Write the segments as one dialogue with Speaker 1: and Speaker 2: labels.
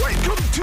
Speaker 1: Welcome to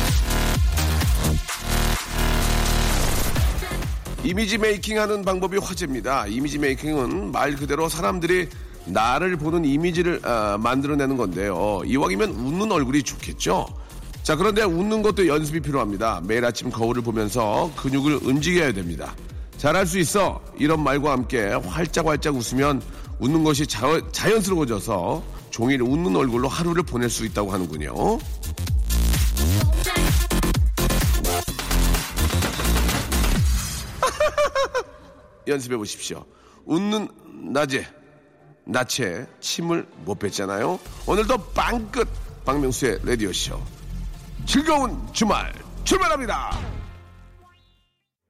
Speaker 1: 이미지 메이킹 하는 방법이 화제입니다. 이미지 메이킹은 말 그대로 사람들이 나를 보는 이미지를 아, 만들어내는 건데요. 이왕이면 웃는 얼굴이 좋겠죠? 자, 그런데 웃는 것도 연습이 필요합니다. 매일 아침 거울을 보면서 근육을 움직여야 됩니다. 잘할 수 있어. 이런 말과 함께 활짝활짝 웃으면 웃는 것이 자- 자연스러워져서 종일 웃는 얼굴로 하루를 보낼 수 있다고 하는군요. 연습해 보십시오. 웃는 낮에 낮에 침을 못 뱉잖아요. 오늘도 빵끝 박명수의 라디오 쇼 즐거운 주말 출발합니다.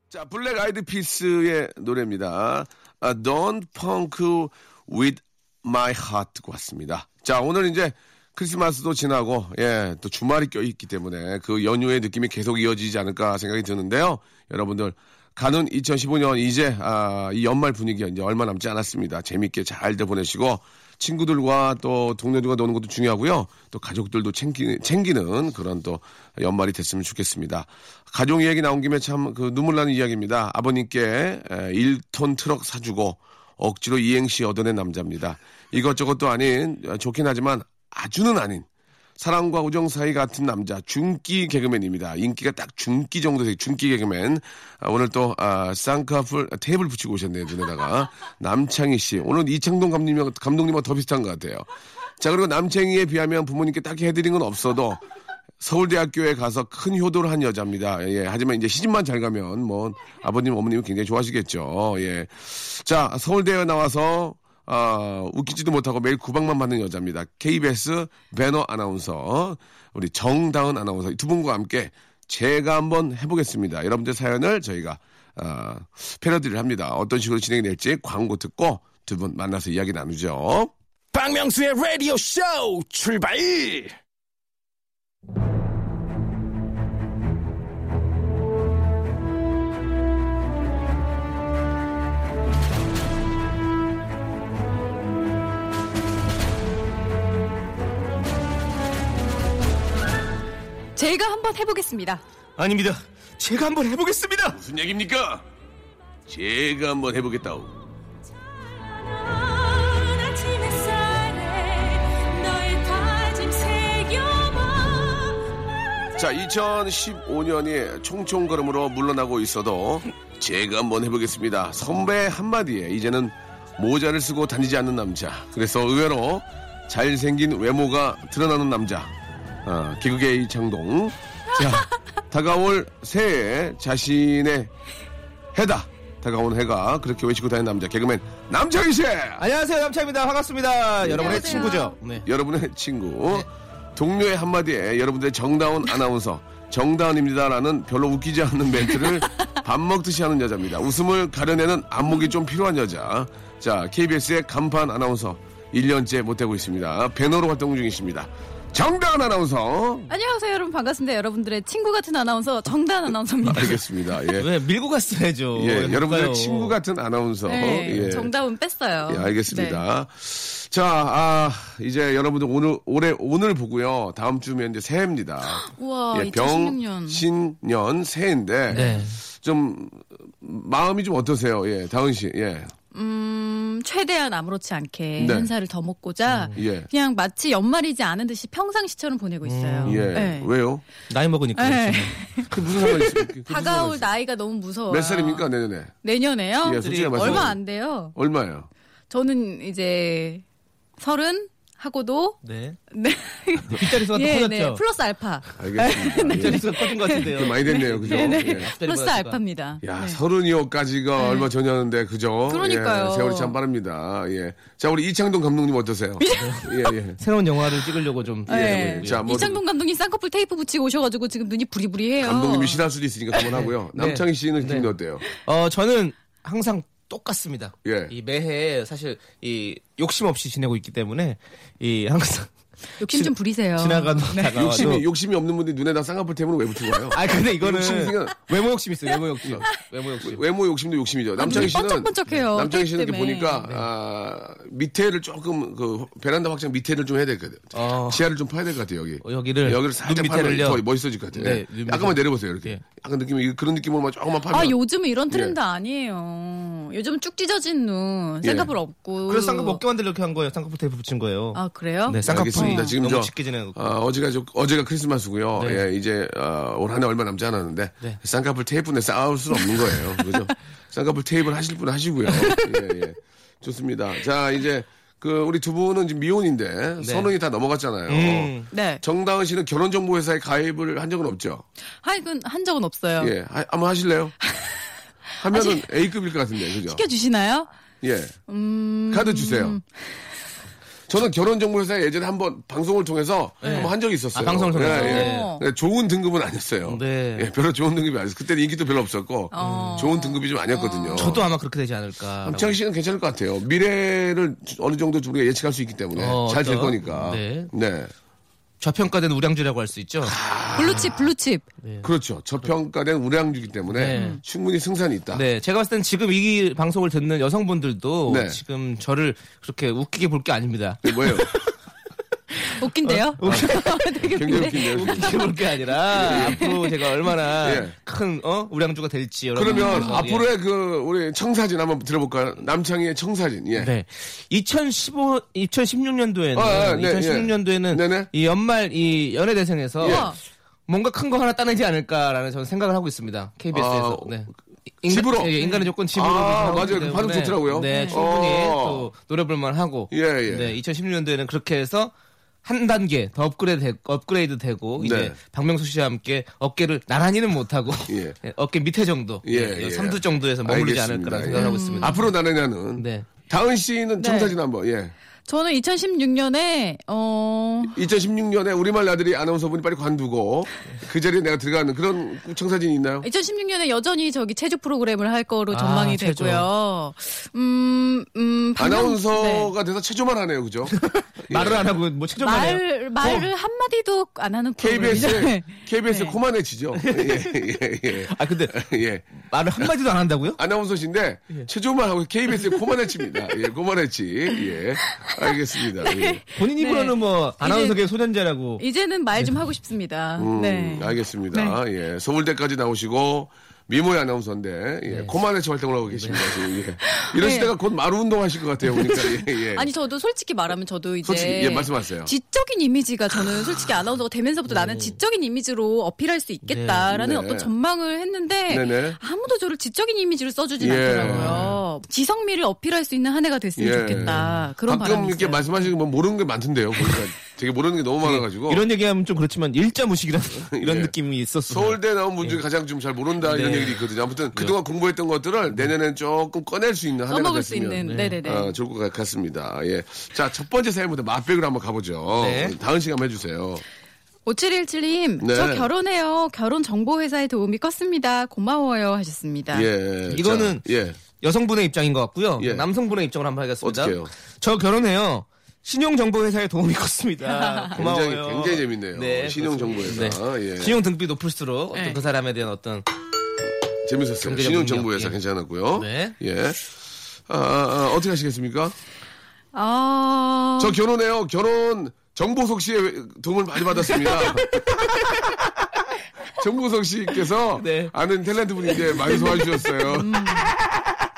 Speaker 1: 자 블랙 아이드 피스의 노래입니다. 아, Don't Punk with My Heart 듣고 왔습니다. 자 오늘 이제 크리스마스도 지나고 예 또 주말이 껴있기 때문에 그 연휴의 느낌이 계속 이어지지 않을까 생각이 드는데요. 여러분들 가는 2015년 이제 아, 이 연말 분위기가 이제 얼마 남지 않았습니다. 재밌게 잘들 보내시고 친구들과 또 동료들과 노는 것도 중요하고요. 또 가족들도 챙기, 챙기는 그런 또 연말이 됐으면 좋겠습니다. 가족 이야기 나온 김에 참 그 눈물 나는 이야기입니다. 아버님께 1톤 트럭 사주고 억지로 이행시 얻어낸 남자입니다. 이것저것 도 아닌 어, 좋긴 하지만 아주는 아닌 사랑과 우정 사이 같은 남자 중기 개그맨입니다. 인기가 딱 중기 정도 돼요. 중기 개그맨 아, 오늘 또 아, 쌍꺼풀 아, 테이블 붙이고 오셨네요 눈에다가 남창희 씨 오늘 이창동 감독님 감독님과 더 비슷한 것 같아요. 자 그리고 남창희에 비하면 부모님께 딱히 해드린 건 없어도 서울대학교에 가서 큰 효도를 한 여자입니다. 예, 하지만 이제 시집만 잘 가면 뭐 아버님 어머님이 굉장히 좋아하시겠죠. 예. 자, 서울대에 나와서 아, 웃기지도 못하고 매일 구박만 받는 여자입니다. KBS 배너 아나운서 우리 정다은 아나운서 이두 분과 함께 제가 한번 해보겠습니다. 여러분들 사연을 저희가 아, 패러디를 합니다. 어떤 식으로 진행이 될지 광고 듣고 두 분 만나서 이야기 나누죠.
Speaker 2: 박명수의 라디오 쇼 출발!
Speaker 3: 제가 한번 해보겠습니다.
Speaker 2: 아닙니다. 제가 한번 해보겠습니다.
Speaker 1: 무슨 얘기입니까? 제가 한번 해보겠다고. 자, 2015년이 총총걸음으로 물러나고 있어도 제가 한번 해보겠습니다. 선배 한마디에 이제는 모자를 쓰고 다니지 않는 남자. 그래서 의외로 잘생긴 외모가 드러나는 남자. 아, 기극의 이창동. 자, 다가올 새해 자신의 해다. 다가온 해가 그렇게 외치고 다니는 남자. 개그맨 남창희 씨!
Speaker 4: 안녕하세요 남창입니다 반갑습니다 여러분의
Speaker 3: 안녕하세요.
Speaker 4: 친구죠 네.
Speaker 1: 여러분의 친구 동료의 한마디에 여러분들의 정다운 아나운서 정다운입니다라는 별로 웃기지 않는 멘트를 밥 먹듯이 하는 여자입니다. 웃음을 가려내는 안목이 좀 필요한 여자. 자 KBS의 간판 아나운서 1년째 못되고 있습니다. 배너로 활동 중이십니다. 정다운 아나운서
Speaker 3: 안녕하세요, 여러분 반갑습니다. 여러분들의 친구 같은 아나운서 정단 아나운서입니다.
Speaker 1: 알겠습니다. 예,
Speaker 4: 왜 밀고 갔어야죠
Speaker 1: 예,
Speaker 4: 왜뭐
Speaker 1: 여러분들의
Speaker 4: 볼까요?
Speaker 1: 친구 같은 아나운서
Speaker 3: 네,
Speaker 1: 예.
Speaker 3: 정답은 뺐어요.
Speaker 1: 예, 알겠습니다. 자, 아, 이제 여러분들 오늘, 올해, 오늘 보고요. 다음 주면 이제 새해입니다.
Speaker 3: 네. 우와, 어,
Speaker 1: 예,
Speaker 3: 2016년.
Speaker 1: 병신년 새해인데.
Speaker 4: 네.
Speaker 1: 좀, 마음이 좀 어떠세요? 예, 다은 씨, 예.
Speaker 3: 음, 좀 최대한 아무렇지 않게
Speaker 1: 네.
Speaker 3: 한살을 더 먹고자
Speaker 1: 예.
Speaker 3: 그냥 마치 연말이지 않은 듯이 평상시처럼 보내고 있어요.
Speaker 4: 음.
Speaker 1: 예.
Speaker 3: 네.
Speaker 1: 왜요?
Speaker 4: 나이 먹으니까.
Speaker 3: 네.
Speaker 4: 그렇지.
Speaker 1: 그 무슨 상관이 있습니까?
Speaker 3: 다가올 나이가 너무 무서워요.
Speaker 1: 몇 살입니까? 내년에.
Speaker 3: 내년에요?
Speaker 1: 예, 솔직히 말씀하세요.
Speaker 3: 얼마 안 돼요.
Speaker 1: 얼마예요?
Speaker 3: 저는 이제 서른 하고도
Speaker 4: 네.
Speaker 3: 네.
Speaker 4: 빗자리수가 또
Speaker 3: 예,
Speaker 4: 커졌죠.
Speaker 3: 네. 플러스 알파. 네.
Speaker 1: 알겠습니다. 예.
Speaker 4: 빗자리수가 커진 것 같은데요.
Speaker 1: 많이 됐네요. 그죠? 예.
Speaker 3: 플러스
Speaker 4: 가.
Speaker 3: 알파입니다.
Speaker 1: 야,
Speaker 3: 네.
Speaker 1: 서른이오까지가 얼마 전이었는데, 그죠?
Speaker 3: 그러니까요.
Speaker 1: 예, 세월이 참 빠릅니다. 예. 자, 우리 이창동 감독님 어떠세요? 예, 예.
Speaker 4: 새로운 영화를 찍으려고 좀.
Speaker 3: 네.
Speaker 4: 예.
Speaker 1: 자, 뭐-
Speaker 3: 이창동 감독님 쌍꺼풀 테이프 붙이고 오셔가지고 지금 눈이 부리부리해요.
Speaker 1: 감독님이 싫어할 수도 있으니까 그만하고요.
Speaker 4: 네.
Speaker 1: 남창희 씨는 기분이
Speaker 4: 네.
Speaker 1: 어때요?
Speaker 4: 어, 저는 항상 똑같습니다.
Speaker 1: 예.
Speaker 4: 이 매해 사실 이 욕심 없이 지내고 있기 때문에 이 항상
Speaker 3: 욕심 좀 부리세요.
Speaker 4: 지나가도
Speaker 1: 네.
Speaker 4: 다가와도
Speaker 1: 욕심이, 욕심이 없는 분들 눈에다 쌍꺼풀 템으로 왜 붙은 거예요?
Speaker 4: 아 근데 이거는
Speaker 1: 욕심이 그냥-
Speaker 4: 외모 욕심 있어요. 외모 욕심. 외모 욕심.
Speaker 1: 외모 욕심도 욕심이죠. 남창희
Speaker 3: 눈이
Speaker 1: 씨는 네,
Speaker 3: 번쩍번쩍해요. 네,
Speaker 1: 남창희 씨는 이렇게
Speaker 3: 때문에.
Speaker 1: 보니까 아, 밑에를 조금 그 베란다 확장 밑에를 좀 해야 될 것 같아요.
Speaker 4: 어.
Speaker 1: 지하를 좀 파야 될 것 같아요 여기.
Speaker 4: 어, 여기를
Speaker 1: 여기를 살짝
Speaker 4: 눈
Speaker 1: 파면
Speaker 4: 밑에를요?
Speaker 1: 더 멋있어질 것 같아요.
Speaker 4: 네,
Speaker 1: 예.
Speaker 4: 눈 밑에.
Speaker 1: 약간만 내려보세요 이렇게.
Speaker 4: 예.
Speaker 1: 약간 느낌이 그런 느낌으로만 조금만 파면.
Speaker 3: 아 요즘 은 이런 트렌드
Speaker 1: 예.
Speaker 3: 아니에요. 요즘 은쭉 찢어진 눈,
Speaker 1: 예.
Speaker 3: 쌍꺼풀 없고.
Speaker 4: 그래서 쌍꺼풀 먹게 만들려고 이렇게 한 거예요. 쌍꺼풀 테이프 붙인 거예요.
Speaker 3: 아 그래요?
Speaker 4: 네, 쌍꺼풀.
Speaker 1: 알겠습니다. 지금
Speaker 4: 너무
Speaker 1: 저
Speaker 4: 짙게 지내고.
Speaker 1: 아, 어제가 저- 어제가 크리스마스고요. 예, 이제 아, 올 한해 얼마 남지 않았는데
Speaker 4: 네.
Speaker 1: 쌍꺼풀 테이프 내 싸울 수는 없는 거예요. 그죠? 쌍꺼풀 테이프를 하실 분 하시고요.
Speaker 4: 네.
Speaker 1: 예, 예. 좋습니다. 자, 이제 그 우리 두 분은 지금 미혼인데 선언이 다 넘어갔잖아요.
Speaker 4: 네. 음.
Speaker 3: 네.
Speaker 1: 정다은 씨는 결혼정보회사에 가입을 한 적은 없죠?
Speaker 3: 하여간 한 적은 없어요.
Speaker 1: 예, 하- 한번 하실래요? 하면은 A급일 것 같은데, 그죠?
Speaker 3: 시켜주시나요?
Speaker 1: 예. 카드 주세요. 저는 결혼정보회사에 예전에 한번 방송을 통해서 한번 한 적이
Speaker 4: 아,
Speaker 1: 있었어요.
Speaker 4: 방송을 통해서.
Speaker 1: 예, 예.
Speaker 3: 네.
Speaker 1: 네, 좋은 등급은 아니었어요.
Speaker 4: 네.
Speaker 1: 예, 별로 좋은 등급이 아니었어요. 그때는 인기도 별로 없었고, 좋은 등급이 좀 아니었거든요.
Speaker 4: 저도 아마 그렇게 되지 않을까.
Speaker 1: 남창희 씨는 괜찮을 것 같아요. 미래를 어느 정도 우리가 예측할 수 있기 때문에
Speaker 4: 어,
Speaker 1: 잘 될
Speaker 4: 어떤-
Speaker 1: 거니까.
Speaker 4: 네.
Speaker 1: 네.
Speaker 4: 저평가된 우량주라고 할 수 있죠.
Speaker 1: 아.
Speaker 3: 블루칩, 블루칩.
Speaker 1: 그렇죠. 저평가된 우량주기 때문에
Speaker 4: 네.
Speaker 1: 충분히 승산이 있다.
Speaker 4: 네, 제가 봤을 땐 지금 이 방송을 듣는 여성분들도
Speaker 1: 네.
Speaker 4: 지금 저를 그렇게 웃기게 볼 게 아닙니다.
Speaker 1: 이게 네, 뭐예요?
Speaker 3: 웃긴데요? 되게
Speaker 1: 굉장히
Speaker 4: 네.
Speaker 3: 웃긴데.
Speaker 1: 웃긴데요. 지금.
Speaker 4: 웃기게 볼 게 아니라 앞으로 제가 얼마나
Speaker 1: 예.
Speaker 4: 큰 어? 우량주가 될지 여러분
Speaker 1: 그러면
Speaker 4: 예.
Speaker 1: 앞으로의 그 우리 청사진 한번 들어볼까요? 남창희의 청사진. 예.
Speaker 4: 네. 2015, 2016년도에는,
Speaker 1: 아, 아, 네,
Speaker 4: 2016년도에는
Speaker 1: 예. 네네.
Speaker 4: 이 연말 이 연예대생에서
Speaker 1: 예.
Speaker 4: 뭔가 큰 거 하나 따내지 않을까라는 저는 생각을 하고 있습니다. KBS에서.
Speaker 1: 아,
Speaker 4: 네.
Speaker 1: 집으로?
Speaker 4: 예, 인간의 조건 집으로.
Speaker 1: 아,
Speaker 4: 하고 있기
Speaker 1: 맞아요. 그 반응
Speaker 4: 때문에
Speaker 1: 좋더라고요.
Speaker 4: 네,
Speaker 1: 네.
Speaker 4: 충분히
Speaker 1: 어.
Speaker 4: 또 노려볼만 하고.
Speaker 1: 예, 예.
Speaker 4: 네, 2016년도에는 그렇게 해서 한 단계 더 업그레이드, 되- 업그레이드 되고,
Speaker 1: 네.
Speaker 4: 이제 박명수 씨와 함께 어깨를 나란히는 못하고, 네,
Speaker 1: 예.
Speaker 4: 어깨 밑에 정도,
Speaker 1: 예, 예.
Speaker 4: 네, 삼두 정도에서 머무르지
Speaker 1: 알겠습니다.
Speaker 4: 않을까라는
Speaker 1: 예.
Speaker 4: 생각을 하고 있습니다.
Speaker 1: 앞으로 나느냐는.
Speaker 4: 네.
Speaker 1: 다은 씨는
Speaker 3: 네.
Speaker 1: 청사진 한번. 예.
Speaker 3: 저는 2016년에 어
Speaker 1: 2016년에 우리말 나들이 아나운서분이 빨리 관두고
Speaker 4: 네.
Speaker 1: 그 자리에 내가 들어가는 그런 청사진이 있나요?
Speaker 3: 네. 2016년에 여전히 저기 체조 프로그램을 할 거로
Speaker 4: 아,
Speaker 3: 전망이
Speaker 4: 체조.
Speaker 3: 되고요. 음, 음, 방금- 네.
Speaker 1: 아나운서가 돼서 체조만 하네요. 그죠? 예.
Speaker 4: 말을 안 하고 뭐 최종하네요.
Speaker 1: 어.
Speaker 3: 말 말을 한 마디도 안 하는
Speaker 1: KBS,
Speaker 3: 프로그램이잖아요.
Speaker 1: KBS
Speaker 3: 네.
Speaker 1: 코만해지죠. 예, 예,
Speaker 4: 아 근데
Speaker 1: 예. 예.
Speaker 4: 말을 한 마디도 안 한다고요?
Speaker 1: 아나운서신데
Speaker 4: 예.
Speaker 1: 체조만 하고 KBS 코만해치입니다. 예, 코만해치. 예. 알겠습니다. 예.
Speaker 4: 본인 입으로는
Speaker 3: 네.
Speaker 4: 뭐 아나운서계 소년자라고.
Speaker 3: 이제는 말 좀 하고 싶습니다.
Speaker 1: 네. 음,
Speaker 3: 네.
Speaker 1: 알겠습니다. 예. 서울대까지 나오시고 미모의 아나운서인데 예,
Speaker 4: 네.
Speaker 1: 코만해치 활동을 하고 계십니다. 지금. 예. 이런
Speaker 3: 네.
Speaker 1: 시대가 곧 마루 운동하실 것 같아요. 보니까. 예, 예.
Speaker 3: 아니 저도 솔직히 말하면 저도 이제
Speaker 1: 솔직히, 예, 말씀하세요.
Speaker 3: 지적인 이미지가 저는 솔직히 아나운서가 되면서부터 나는 지적인 이미지로 어필할 수 있겠다라는
Speaker 1: 네.
Speaker 3: 어떤 전망을 했는데
Speaker 1: 네네.
Speaker 3: 아무도 저를 지적인 이미지로 써주진
Speaker 1: 예.
Speaker 3: 않더라고요. 지성미를 어필할 수 있는 한 해가 됐으면
Speaker 1: 예.
Speaker 3: 좋겠다 그런
Speaker 1: 가끔
Speaker 3: 바람이
Speaker 1: 이렇게
Speaker 3: 있어요.
Speaker 1: 말씀하시는 거 모르는 게 많던데요. 보니까 되게 모르는 게 너무 많아가지고.
Speaker 4: 네. 이런 얘기하면 좀 그렇지만 일자 무식이라는 이런
Speaker 1: 예.
Speaker 4: 느낌이 있었어요.
Speaker 1: 서울대 나온 분 중에 가장 좀 잘 모른다 이런
Speaker 4: 네.
Speaker 1: 얘기도 있거든요. 아무튼 그동안 공부했던 것들을 내년엔 조금 꺼낼 수 있는 한 해가
Speaker 3: 써먹을 수
Speaker 1: 됐으면
Speaker 3: 있는 네네네.
Speaker 1: 아, 좋을 것 같습니다. 예. 자, 첫 번째 사연부터 맛백으로 한번 가보죠.
Speaker 4: 네.
Speaker 1: 다은 씨가 한번 해주세요.
Speaker 3: 5717님,
Speaker 1: 네.
Speaker 3: 저 결혼해요. 결혼 정보 회사의 도움이 컸습니다. 고마워요 하셨습니다.
Speaker 1: 예.
Speaker 4: 이거는
Speaker 1: 자, 예.
Speaker 4: 여성분의 입장인 것 같고요.
Speaker 1: 예.
Speaker 4: 남성분의 입장으로 한번 하겠습니다.
Speaker 1: 어떡해요?
Speaker 4: 저 결혼해요. 신용정보회사에 도움이 컸습니다. 고마워요.
Speaker 1: 굉장히, 굉장히 재밌네요.
Speaker 4: 네,
Speaker 1: 신용정보회사. 예.
Speaker 4: 신용 등급이 높을수록 어떤
Speaker 3: 네.
Speaker 4: 그 사람에 대한 어떤
Speaker 1: 재밌었어요.
Speaker 4: 경제적 능력,
Speaker 1: 신용정보회사
Speaker 4: 예.
Speaker 1: 괜찮았고요.
Speaker 4: 네.
Speaker 1: 예. 아, 아, 아, 어떻게 하시겠습니까?
Speaker 3: 아,
Speaker 1: 저 결혼해요. 결혼 정보석 씨의 도움을 많이 받았습니다. 정보석 씨께서
Speaker 4: 네. 음.
Speaker 1: 아는 탤런트 분인데 많이 도와주셨어요.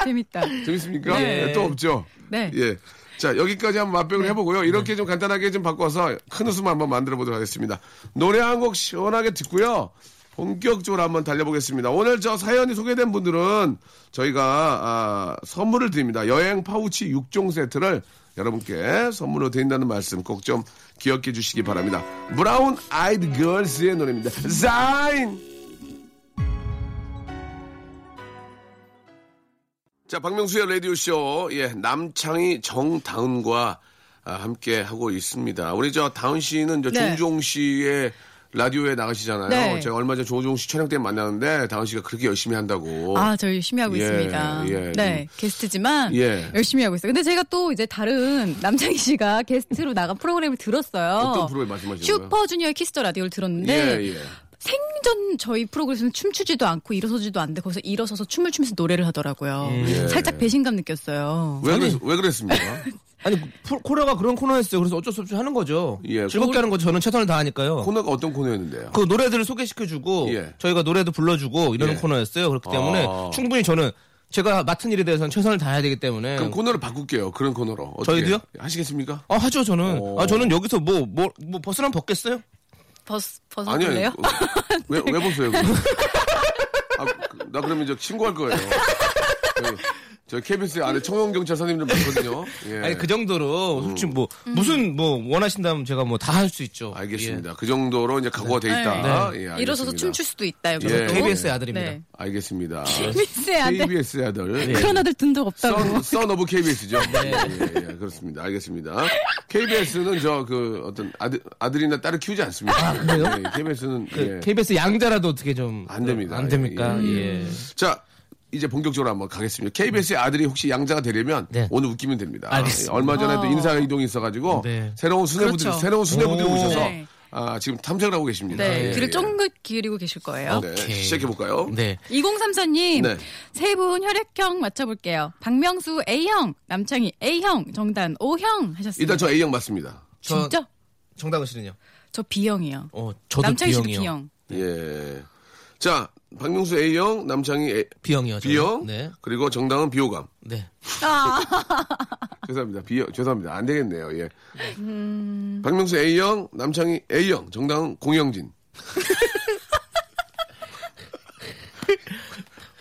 Speaker 3: 재밌다.
Speaker 1: 재밌습니까?
Speaker 3: 네.
Speaker 1: 예, 또 없죠?
Speaker 3: 네.
Speaker 1: 예. 자, 여기까지 한번 맛백을 해보고요. 이렇게 좀 간단하게 좀 바꿔서 큰 웃음 한번 만들어 보도록 하겠습니다. 노래 한 곡 시원하게 듣고요. 본격적으로 한번 달려보겠습니다. 오늘 저 사연이 소개된 분들은 저희가 아, 선물을 드립니다. 여행 파우치 6종 세트를 여러분께 선물로 드린다는 말씀 꼭 좀 기억해 주시기 바랍니다. 브라운 아이드 걸스의 노래입니다. 사인! 자, 박명수의 라디오쇼, 예, 남창희 정다은과 아, 함께 하고 있습니다. 우리 저 다은 씨는 저
Speaker 3: 네.
Speaker 1: 조종 씨의 라디오에 나가시잖아요.
Speaker 3: 네.
Speaker 1: 제가 얼마 전에 조종 씨 촬영 때 만났는데 다은 씨가 그렇게 열심히 한다고.
Speaker 3: 아, 저 열심히 하고
Speaker 1: 예,
Speaker 3: 있습니다.
Speaker 1: 예,
Speaker 3: 네, 게스트지만
Speaker 1: 예.
Speaker 3: 열심히 하고 있어요. 근데 제가 또 이제 다른 남창희 씨가 게스트로 나간 프로그램을 들었어요.
Speaker 1: 어떤 프로에 말씀하시는 거예요?
Speaker 3: 슈퍼주니어의 키스터 라디오를 들었는데
Speaker 1: 예, 예.
Speaker 3: 생전 저희 프로그램에서는 춤추지도 않고 일어서지도 않는데 거기서 일어서서 춤을 추면서 노래를 하더라고요. 살짝 배신감 느꼈어요.
Speaker 1: 예. 왜, 그랬, 왜 그랬습니까?
Speaker 4: 아니 프- 코너가 그런 코너였어요. 그래서 어쩔 수 없이 하는 거죠.
Speaker 1: 예,
Speaker 4: 즐겁게
Speaker 1: 그-
Speaker 4: 하는 거죠. 저는 최선을 다하니까요.
Speaker 1: 코너가 어떤 코너였는데요?
Speaker 4: 그 노래들을 소개시켜주고
Speaker 1: 예.
Speaker 4: 저희가 노래도 불러주고 이러는
Speaker 1: 예.
Speaker 4: 코너였어요. 그렇기 때문에
Speaker 1: 아.
Speaker 4: 충분히 저는 제가 맡은 일에 대해서는 최선을 다해야 되기 때문에
Speaker 1: 그럼 코너를 바꿀게요. 그런 코너로. 어떻게
Speaker 4: 저희도요?
Speaker 1: 하시겠습니까?
Speaker 4: 아 하죠 저는
Speaker 1: 오.
Speaker 4: 아 저는 여기서 뭐 뭐 뭐 벗으면 벗겠어요?
Speaker 3: 버스 버스
Speaker 1: 아니요.
Speaker 3: 볼래요?
Speaker 1: 어, 왜, 왜 보세요? 그거? 아, 그- 나 그러면 저 신고할 거예요. 저희- 저희 KBS 안에 청원경찰 선생님 좀 봤거든요. 예. 음.
Speaker 4: 아니 그 정도로 솔직히 뭐
Speaker 3: 음.
Speaker 4: 무슨 뭐 원하신다면 제가 뭐 다 할 수 있죠.
Speaker 1: 알겠습니다. 그 정도로 이제 각오가
Speaker 4: 네.
Speaker 1: 돼 있다. 예, 알겠습니다.
Speaker 3: 네. 일어서서 춤출 수도 있다 여기서.
Speaker 1: 예.
Speaker 4: 예. KBS의 아들입니다.
Speaker 3: 네.
Speaker 1: 알겠습니다.
Speaker 3: KBS의 아들.
Speaker 1: KBS
Speaker 4: 네.
Speaker 1: 아들. 네.
Speaker 3: 그런 아들 둔 적 없다고.
Speaker 1: 선, 선 오브 KBS죠. 예, 예, 예, 그렇습니다. 알겠습니다. KBS는 저 그 어떤 아들, 아들이나 딸을 키우지 않습니다. 예, KBS는.
Speaker 4: 그 KBS 양자라도 어떻게 좀
Speaker 1: 안
Speaker 4: 안
Speaker 1: 됩니다.
Speaker 4: 됩니까?
Speaker 1: 예,
Speaker 4: 예.
Speaker 1: 자, 이제 본격적으로 한번 가겠습니다. KBS의 아들이 혹시 양자가 되려면
Speaker 4: 네.
Speaker 1: 오늘 웃기면 됩니다.
Speaker 4: 알겠습니다.
Speaker 1: 예, 얼마 전에도
Speaker 3: 어.
Speaker 1: 인사 이동이 있어가지고
Speaker 4: 네.
Speaker 1: 새로운 수뇌부들이
Speaker 3: 그렇죠.
Speaker 1: 새로운 수뇌부들이
Speaker 4: 오.
Speaker 1: 오셔서
Speaker 3: 네.
Speaker 1: 아, 지금 탐색을 하고 계십니다. 예,
Speaker 3: 네, 귀를
Speaker 1: 예.
Speaker 3: 쫑긋 기울이고 계실 거예요.
Speaker 1: 네,
Speaker 4: 오케이.
Speaker 1: 시작해 볼까요?
Speaker 4: 네.
Speaker 3: 2034님,
Speaker 1: 네.
Speaker 3: 세 분 혈액형 맞춰볼게요. 박명수 A형, 남창희 A형, 정단 O형 하셨습니다.
Speaker 1: 일단 저 A형 맞습니다.
Speaker 4: 저-
Speaker 3: 진짜?
Speaker 4: 정다은 씨는요?
Speaker 3: 저 B형이요.
Speaker 4: 어 저도
Speaker 3: 남창희 씨도
Speaker 4: B형이요.
Speaker 3: B형.
Speaker 4: 네.
Speaker 1: 예. 자, 박명수 A형, 남창희 A,
Speaker 4: B형이요. 저는.
Speaker 1: B형,
Speaker 4: 네.
Speaker 1: 그리고 정당은 B호감.
Speaker 4: 네.
Speaker 1: 죄송합니다. B형, 죄송합니다. 안 되겠네요. 예.
Speaker 3: 음.
Speaker 1: 박명수 A형, 남창희 A형, 정당은 공영진.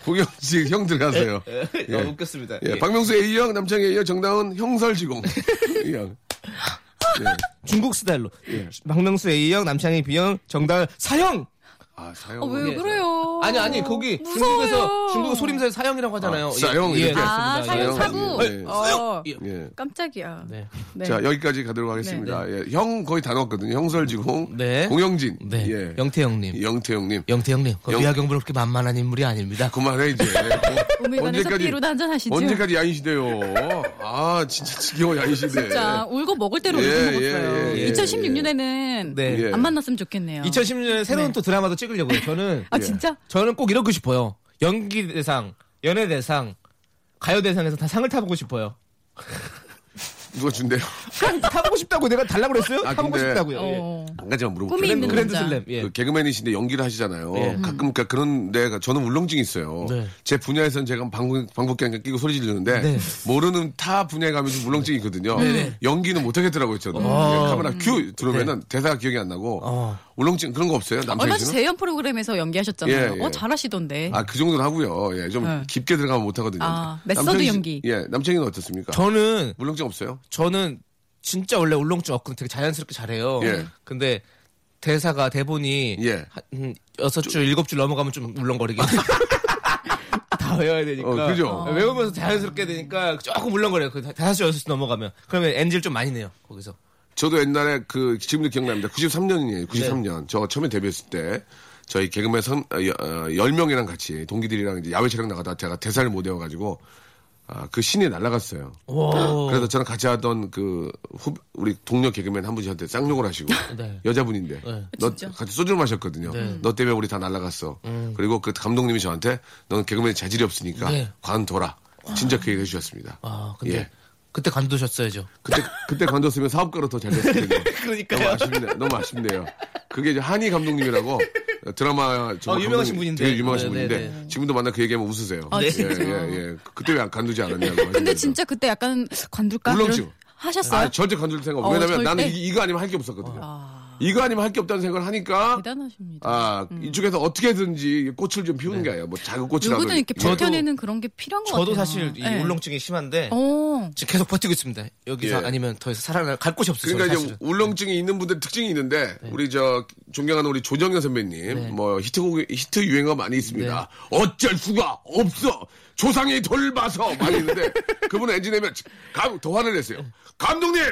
Speaker 1: 공영진 형 들어가세요.
Speaker 4: 예. 너무 웃겼습니다.
Speaker 1: 예,
Speaker 4: 예.
Speaker 1: 박명수 A형, 남창희 A형, 정당은 형설지공. A형.
Speaker 4: 중국 스타일로
Speaker 1: 예.
Speaker 4: 박명수 A형, 남창희 B형, 정다은 사형.
Speaker 1: 아, 사형.
Speaker 3: 어,
Speaker 4: 예.
Speaker 3: 왜 그래요?
Speaker 4: 아니 아니 거기
Speaker 3: 어, 무서워요.
Speaker 4: 중국에서 중국 소림사에 사형이라고 하잖아요.
Speaker 1: 아, 사형 이렇게
Speaker 3: 아,
Speaker 4: 맞습니다.
Speaker 3: 사형
Speaker 1: 예.
Speaker 3: 사고.
Speaker 1: 예.
Speaker 3: 어,
Speaker 4: 예.
Speaker 1: 예.
Speaker 3: 깜짝이야.
Speaker 4: 네.
Speaker 3: 네.
Speaker 1: 자, 여기까지 가도록 하겠습니다. 예, 형 거의 다 나왔거든요. 형설지공.
Speaker 4: 네.
Speaker 1: 공영진.
Speaker 4: 네.
Speaker 1: 예.
Speaker 4: 영태형님.
Speaker 1: 영태형님.
Speaker 4: 영태형님. 그
Speaker 1: 영-
Speaker 4: 미화경부로 그렇게 만만한 인물이 아닙니다.
Speaker 1: 그만해, 이제. 어,
Speaker 3: 오메가는 석비로도 한잔 하시죠.
Speaker 1: 언제까지 야인시대요? 아, 진짜 지겨워, 야인시대.
Speaker 3: 진짜 울고 먹을 대로
Speaker 1: 예,
Speaker 3: 울고
Speaker 1: 예,
Speaker 3: 먹었어요.
Speaker 1: 예, 예,
Speaker 3: 2016년에는
Speaker 4: 네.
Speaker 1: 예.
Speaker 3: 안 만났으면 좋겠네요.
Speaker 4: 2010년에 새로운 또 드라마도 찍으려고요. 저는 예.
Speaker 3: 아 진짜?
Speaker 4: 저는 꼭 이렇게 싶어요. 연기 대상, 연애 대상, 가요 대상에서 다 상을 타보고 싶어요.
Speaker 1: 누가 준대요?
Speaker 4: 상 타보고 싶다고 내가 달라고 그랬어요?
Speaker 1: 아,
Speaker 4: 타보고
Speaker 1: 근데-
Speaker 4: 싶다고요. 예.
Speaker 3: 어.
Speaker 1: 한 가지만
Speaker 3: 꿈이
Speaker 1: 물어볼게요.
Speaker 3: 있는
Speaker 4: 그랜드
Speaker 3: 남자.
Speaker 4: 슬램. 예.
Speaker 1: 그 개그맨이신데 연기를 하시잖아요.
Speaker 4: 예.
Speaker 1: 가끔 그러니까 그런 데가 저는 울렁증이 있어요.
Speaker 4: 네.
Speaker 1: 제 분야에서는 제가 방구 방귀 끼고 소리 지르는데
Speaker 4: 네.
Speaker 1: 모르는 타 분야에 가면 좀 울렁증이 있거든요. 연기는 못 하겠더라고요, 저는.
Speaker 4: 아.
Speaker 1: 예, 카메라 큐 들어오면은
Speaker 4: 네.
Speaker 1: 대사가 기억이 안 나고
Speaker 4: 어.
Speaker 1: 울렁증 그런 거 없어요.
Speaker 3: 얼마
Speaker 1: 남편
Speaker 3: 전
Speaker 1: 씨는?
Speaker 3: 재연 프로그램에서 연기하셨잖아요.
Speaker 1: 예, 예.
Speaker 3: 어 잘하시던데.
Speaker 1: 아, 그 정도는 하고요. 예, 좀
Speaker 3: 네.
Speaker 1: 깊게 들어가면 못 하거든요.
Speaker 3: 아, 메서드
Speaker 1: 남창희 씨-
Speaker 3: 연기.
Speaker 1: 예, 남창이는 어떻습니까?
Speaker 4: 저는
Speaker 1: 울렁증 없어요?
Speaker 4: 저는 진짜 원래 울렁증 없고 되게 자연스럽게 잘해요.
Speaker 1: 예.
Speaker 4: 근데 대사가 대본이
Speaker 1: 예.
Speaker 4: 한 음, 여섯 줄 일곱 줄 넘어가면 좀 울렁거리게. 다 외워야 되니까.
Speaker 1: 어, 그죠?
Speaker 4: 외우면서 자연스럽게 되니까 조금 울렁거려요. 그 다- 다섯 줄 여섯 줄 넘어가면 그러면 NG를 좀 많이 내요. 거기서.
Speaker 1: 저도 옛날에 그 지금도 기억납니다.
Speaker 4: 네.
Speaker 1: 93년이에요. 93년. 저 처음에 데뷔했을 때 저희 개그맨 선, 어, 여- 어, 10명이랑 같이 동기들이랑 이제 야외 촬영 나가다 제가 대사를 못 외워가지고 아, 그 신이 날아갔어요.
Speaker 4: 와.
Speaker 1: 그래서 저랑 같이 하던 그 후- 우리 동료 개그맨 한 분한테 쌍욕을 하시고
Speaker 4: 네.
Speaker 1: 여자분인데 너
Speaker 3: 진짜?
Speaker 1: 같이 소주를 마셨거든요. 너 때문에 우리 다 날아갔어. 그리고 그 감독님이 저한테 너는 개그맨 재질이 없으니까
Speaker 4: 음. 네.
Speaker 1: 관둬라. 진짜 그 얘기 해주셨습니다.
Speaker 4: 아, 근데
Speaker 1: 예.
Speaker 4: 그때 관두셨어야죠.
Speaker 1: 그때 그때 관뒀으면 사업가로 더 잘 됐을 텐데.
Speaker 4: 그러니까요.
Speaker 1: 너무 아쉽네. 너무 아쉽네요. 그게 이제 한희 감독님이라고 드라마 정말
Speaker 4: 어, 유명하신
Speaker 1: 감독님,
Speaker 4: 분인데.
Speaker 1: 되게 유명하신
Speaker 4: 네, 네,
Speaker 1: 분인데
Speaker 4: 네.
Speaker 1: 지금도 만나 그 얘기하면 웃으세요.
Speaker 3: 아,
Speaker 1: 예,
Speaker 3: 진짜요?
Speaker 1: 예, 예. 그때 왜 안 간두지 않았냐고.
Speaker 3: 근데
Speaker 1: 하시면서.
Speaker 3: 진짜 그때 약간 관둘까?
Speaker 1: 네, 울렁증.
Speaker 3: 이런- 하셨어요?
Speaker 1: 아, 절대 건들 생각.
Speaker 3: 어,
Speaker 1: 왜냐면
Speaker 3: 절대?
Speaker 1: 나는 이, 거 아니면 할 게 없었거든요. 이거 아니면 할 게 없다는 생각을 하니까
Speaker 3: 대단하십니다. 음.
Speaker 1: 아 이쪽에서 어떻게든지 꽃을 좀 피우는 게 아니야. 뭐 작은 꽃이라도.
Speaker 3: 네. 누구든 이렇게
Speaker 1: 예.
Speaker 3: 버텨내는 그런 게 필요한 것
Speaker 4: 저도
Speaker 3: 같아요.
Speaker 4: 사실 이
Speaker 3: 네.
Speaker 4: 울렁증이 심한데
Speaker 3: 어.
Speaker 4: 지금 계속 버티고 있습니다. 여기서
Speaker 1: 예.
Speaker 4: 아니면 더해서 살아날 갈 곳이 없어요.
Speaker 1: 그러니까
Speaker 4: 사실은. 네.
Speaker 1: 이제 울렁증이 있는 분들 특징이 있는데 우리 저 존경하는 우리 조정현 선배님
Speaker 4: 네.
Speaker 1: 뭐 히트곡 히트 유행어 많이 있습니다. 어쩔 수가 없어 조상이 돌봐서 많이
Speaker 4: 네.
Speaker 1: 있는데 그분은 엔지내면 감더 화를 냈어요. 감독님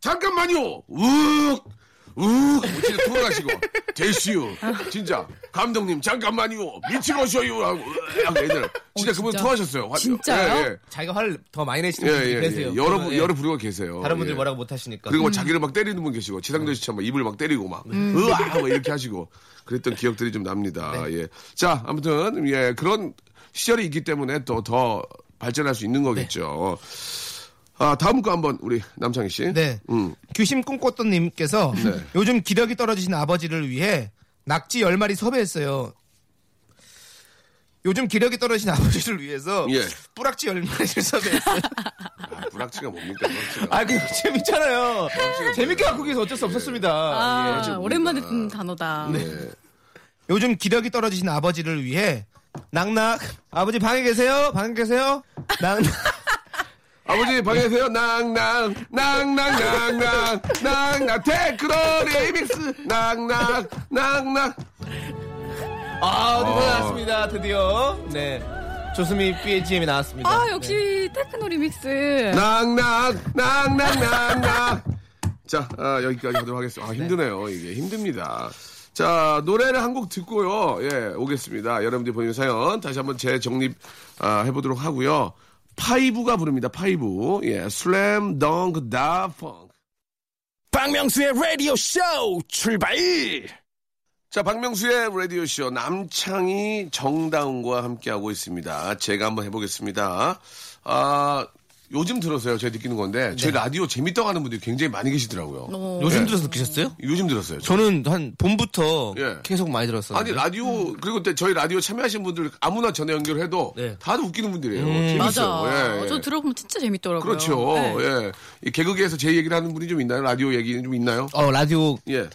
Speaker 1: 잠깐만요. 욱 욱, 뭐 진짜 돌아가시고 대시유 진짜 감독님 잠깐만요 미치고셔요 하고 으악 하고 애들 진짜
Speaker 3: 어,
Speaker 1: 그분
Speaker 3: 진짜?
Speaker 1: 토하셨어요. 화-
Speaker 3: 진짜요?
Speaker 1: 예, 예.
Speaker 4: 자기가 화를 더 많이 내시는
Speaker 1: 예,
Speaker 4: 분이
Speaker 1: 예,
Speaker 4: 계세요.
Speaker 1: 예. 여러
Speaker 4: 그러면,
Speaker 1: 분,
Speaker 4: 예.
Speaker 1: 여러 부류가 계세요.
Speaker 4: 다른 분들이
Speaker 1: 예.
Speaker 4: 뭐라고 못 하시니까.
Speaker 1: 그리고 뭐 자기를 막 때리는 분 계시고 지상렬 씨참 막 입을 막 때리고 막 으아 막 이렇게 하시고 그랬던 기억들이 좀 납니다. 예. 자 아무튼 예 그런 시절이 있기 때문에 또 더 발전할 수 있는 거겠죠. 아 다음 거 한번 우리 남창희 씨.
Speaker 2: 네.
Speaker 1: 음.
Speaker 2: 귀심 꿈꿨던 님께서
Speaker 4: 네.
Speaker 2: 요즘 기력이 떨어지신 아버지를 위해 낙지 10마리 섭외했어요. 요즘 기력이 떨어진 아버지를 위해서
Speaker 1: 예.
Speaker 2: 뿌락지 10마리를 섭외했어요.
Speaker 1: 아, 불확치가 뭡니까? 불확치가.
Speaker 2: 아, 근데 재밌잖아요. 재밌게 갖고 계서 어쩔 수 없었습니다.
Speaker 3: 아, 오랜만에 듣는 단어다.
Speaker 1: 네. 예.
Speaker 2: 요즘 기력이 떨어지신 아버지를 위해 낙낙 아버지 방에 계세요? 방에 계세요? 낙낙
Speaker 1: 아버지 방에세요. 낭낭 낭낭낭낭 낭낭 테크로 레믹스 낭낭 낭낭
Speaker 4: 아, 드디어 나왔습니다. 드디어. 네. 조수미 BGM이 나왔습니다.
Speaker 3: 아, 역시 테크노 리믹스.
Speaker 1: 낙낙 낙낙 낙낙 자 아, 여기까지 하도록 하겠습니다 아 힘드네요 이게 힘듭니다 자 노래를 한 곡 듣고요 예 오겠습니다 여러분들이 보내준 사연 다시 한번 재정립 아, 해보도록 하고요 파이브가 부릅니다 파이브 예 슬램 덩크 다펑크
Speaker 2: 박명수의 라디오 쇼 출발
Speaker 1: 자, 박명수의 라디오쇼 남창희 정다운과 함께하고 있습니다. 제가 한번 해보겠습니다. 아, 요즘 들어서요. 제가 느끼는 건데, 제 라디오 재밌다고 하는 분들이 굉장히 많이 계시더라고요.
Speaker 4: 요즘 들어서 느끼셨어요?
Speaker 1: 요즘 들었어요. 저-
Speaker 4: 저는 한 봄부터
Speaker 1: 예.
Speaker 4: 계속 많이 들었어요.
Speaker 1: 아니, 라디오, 그리고 때 저희 라디오 참여하신 분들 아무나 전화 연결해도
Speaker 4: 네.
Speaker 1: 다들 웃기는 분들이에요. 재밌어요.
Speaker 3: 맞아.
Speaker 1: 예, 예.
Speaker 3: 저 들어보면 진짜 재밌더라고요.
Speaker 1: 그렇죠.
Speaker 3: 네.
Speaker 1: 예. 이 개그계에서 제 얘기를 하는 분이 좀 있나요? 라디오 얘기는 좀 있나요?
Speaker 4: 어, 라디오
Speaker 1: 예.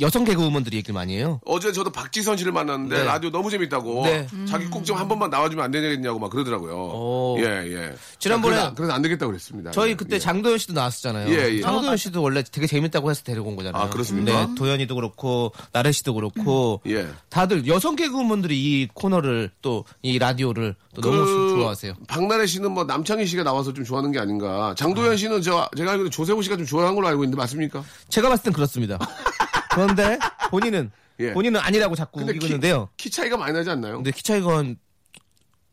Speaker 4: 여성 개그우먼들이 얘기를 많이 해요.
Speaker 1: 어제 저도 박지선 씨를 만났는데
Speaker 4: 네.
Speaker 1: 라디오 너무 재밌다고
Speaker 4: 네.
Speaker 1: 자기 꼭 좀 한 번만 나와주면 안 되겠냐고 막 그러더라고요.
Speaker 4: 오.
Speaker 1: 예예.
Speaker 4: 어. 지난번에
Speaker 1: 그래서, 그래서 안 되겠다고 그랬습니다.
Speaker 4: 저희
Speaker 1: 예,
Speaker 4: 그때
Speaker 1: 예.
Speaker 4: 장도연 씨도 나왔었잖아요.
Speaker 1: 예, 예.
Speaker 4: 장도연 씨도 원래 되게 재밌다고 해서 데리고 온 거잖아요.
Speaker 1: 아, 그렇습니까?
Speaker 4: 네, 도연이도 그렇고 나래 씨도 그렇고
Speaker 1: 음. 예.
Speaker 4: 다들 여성 개그우먼들이 이 코너를 또 이 라디오를 또 너무
Speaker 1: 그
Speaker 4: 뭐 좋아하세요.
Speaker 1: 박나래 씨는 뭐 남창희 씨가 나와서 좀 좋아하는 게 아닌가. 장도연 씨는 저 제가 알기로 조세호 씨가 좀 좋아하는 걸로 알고 있는데 맞습니까?
Speaker 4: 제가 봤을 땐 그렇습니다. 그런데 본인은
Speaker 1: 예.
Speaker 4: 본인은 아니라고 자꾸
Speaker 1: 키-
Speaker 4: 이기는데요.
Speaker 1: 키, 차이가 많이 나지 않나요?
Speaker 4: 근데 키 차이가 한